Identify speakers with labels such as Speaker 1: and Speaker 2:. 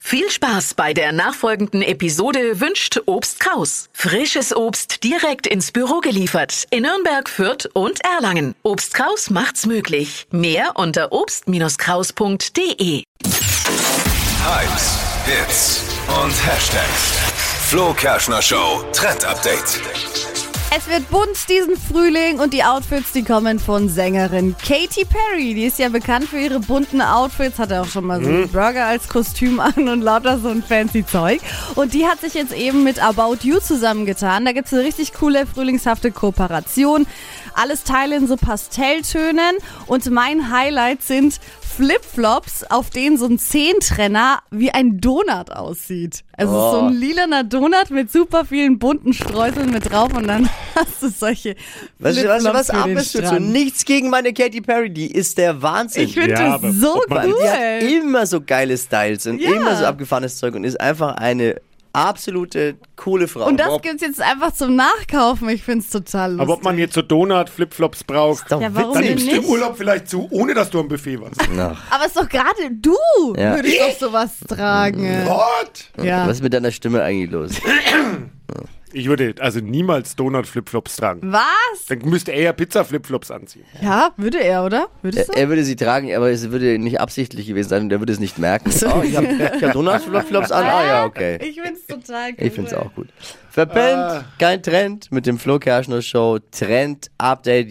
Speaker 1: Viel Spaß bei der nachfolgenden Episode wünscht Obst Kraus. Frisches Obst direkt ins Büro geliefert in Nürnberg, Fürth und Erlangen. Obst Kraus macht's möglich. Mehr unter obst-kraus.de.
Speaker 2: Hypes, Hits und Hashtags. Flo Kerschner Show Trend Update.
Speaker 3: Es wird bunt diesen Frühling und die Outfits, die kommen von Sängerin Katy Perry. Die ist ja bekannt für ihre bunten Outfits, hat ja auch schon mal so einen Burger als Kostüm an und lauter so ein fancy Zeug. Und die hat sich jetzt eben mit About You zusammengetan. Da gibt's eine richtig coole, frühlingshafte Kooperation. Alles Teile in so Pastelltönen. Und mein Highlight sind Flipflops, auf denen so ein Zehntrenner wie ein Donut aussieht. Also so ein lilaner Donut mit super vielen bunten Streuseln mit drauf und dann hast du solche
Speaker 4: Was, was,
Speaker 3: Flipflops
Speaker 4: was
Speaker 3: für den
Speaker 4: arbeitest du zu?
Speaker 3: Strand.
Speaker 4: Nichts gegen meine Katy Perry, die ist der Wahnsinn.
Speaker 3: Ich finde
Speaker 5: Ja, aber
Speaker 3: das so
Speaker 5: ob man-
Speaker 3: cool.
Speaker 4: die hat eh- immer so geile Styles und
Speaker 3: Ja.
Speaker 4: immer so abgefahrenes Zeug und ist einfach eine absolute coole Frau.
Speaker 3: Und das
Speaker 4: Wow.
Speaker 3: gibt's jetzt einfach zum Nachkaufen. Ich find's total lustig.
Speaker 5: Aber ob man jetzt so Donut, Flipflops braucht,
Speaker 4: doch
Speaker 3: Ja, warum
Speaker 5: dann
Speaker 3: denn
Speaker 5: nimmst du
Speaker 3: nicht?
Speaker 5: Urlaub vielleicht zu, ohne dass du am Buffet warst.
Speaker 3: Aber ist doch gerade du
Speaker 4: Ja.
Speaker 3: würdest doch sowas tragen.
Speaker 5: What?
Speaker 3: Ja.
Speaker 4: Was ist mit deiner Stimme eigentlich los?
Speaker 5: Ich würde also niemals Donut, Flipflops tragen.
Speaker 3: Was?
Speaker 5: Dann müsste er ja Pizza, Flipflops anziehen.
Speaker 3: Ja, würde er, oder? Würdest
Speaker 4: er,
Speaker 3: du?
Speaker 4: er würde sie tragen, aber es würde nicht absichtlich gewesen sein und er würde es nicht merken. Oh, ich habe hab Donuts-Flops an. Ah ja, okay.
Speaker 3: Ich find's total cool.
Speaker 4: Ich Ah. finde es auch gut. Verpennt, kein Trend mit dem Flo Kerschner Show Trend Update.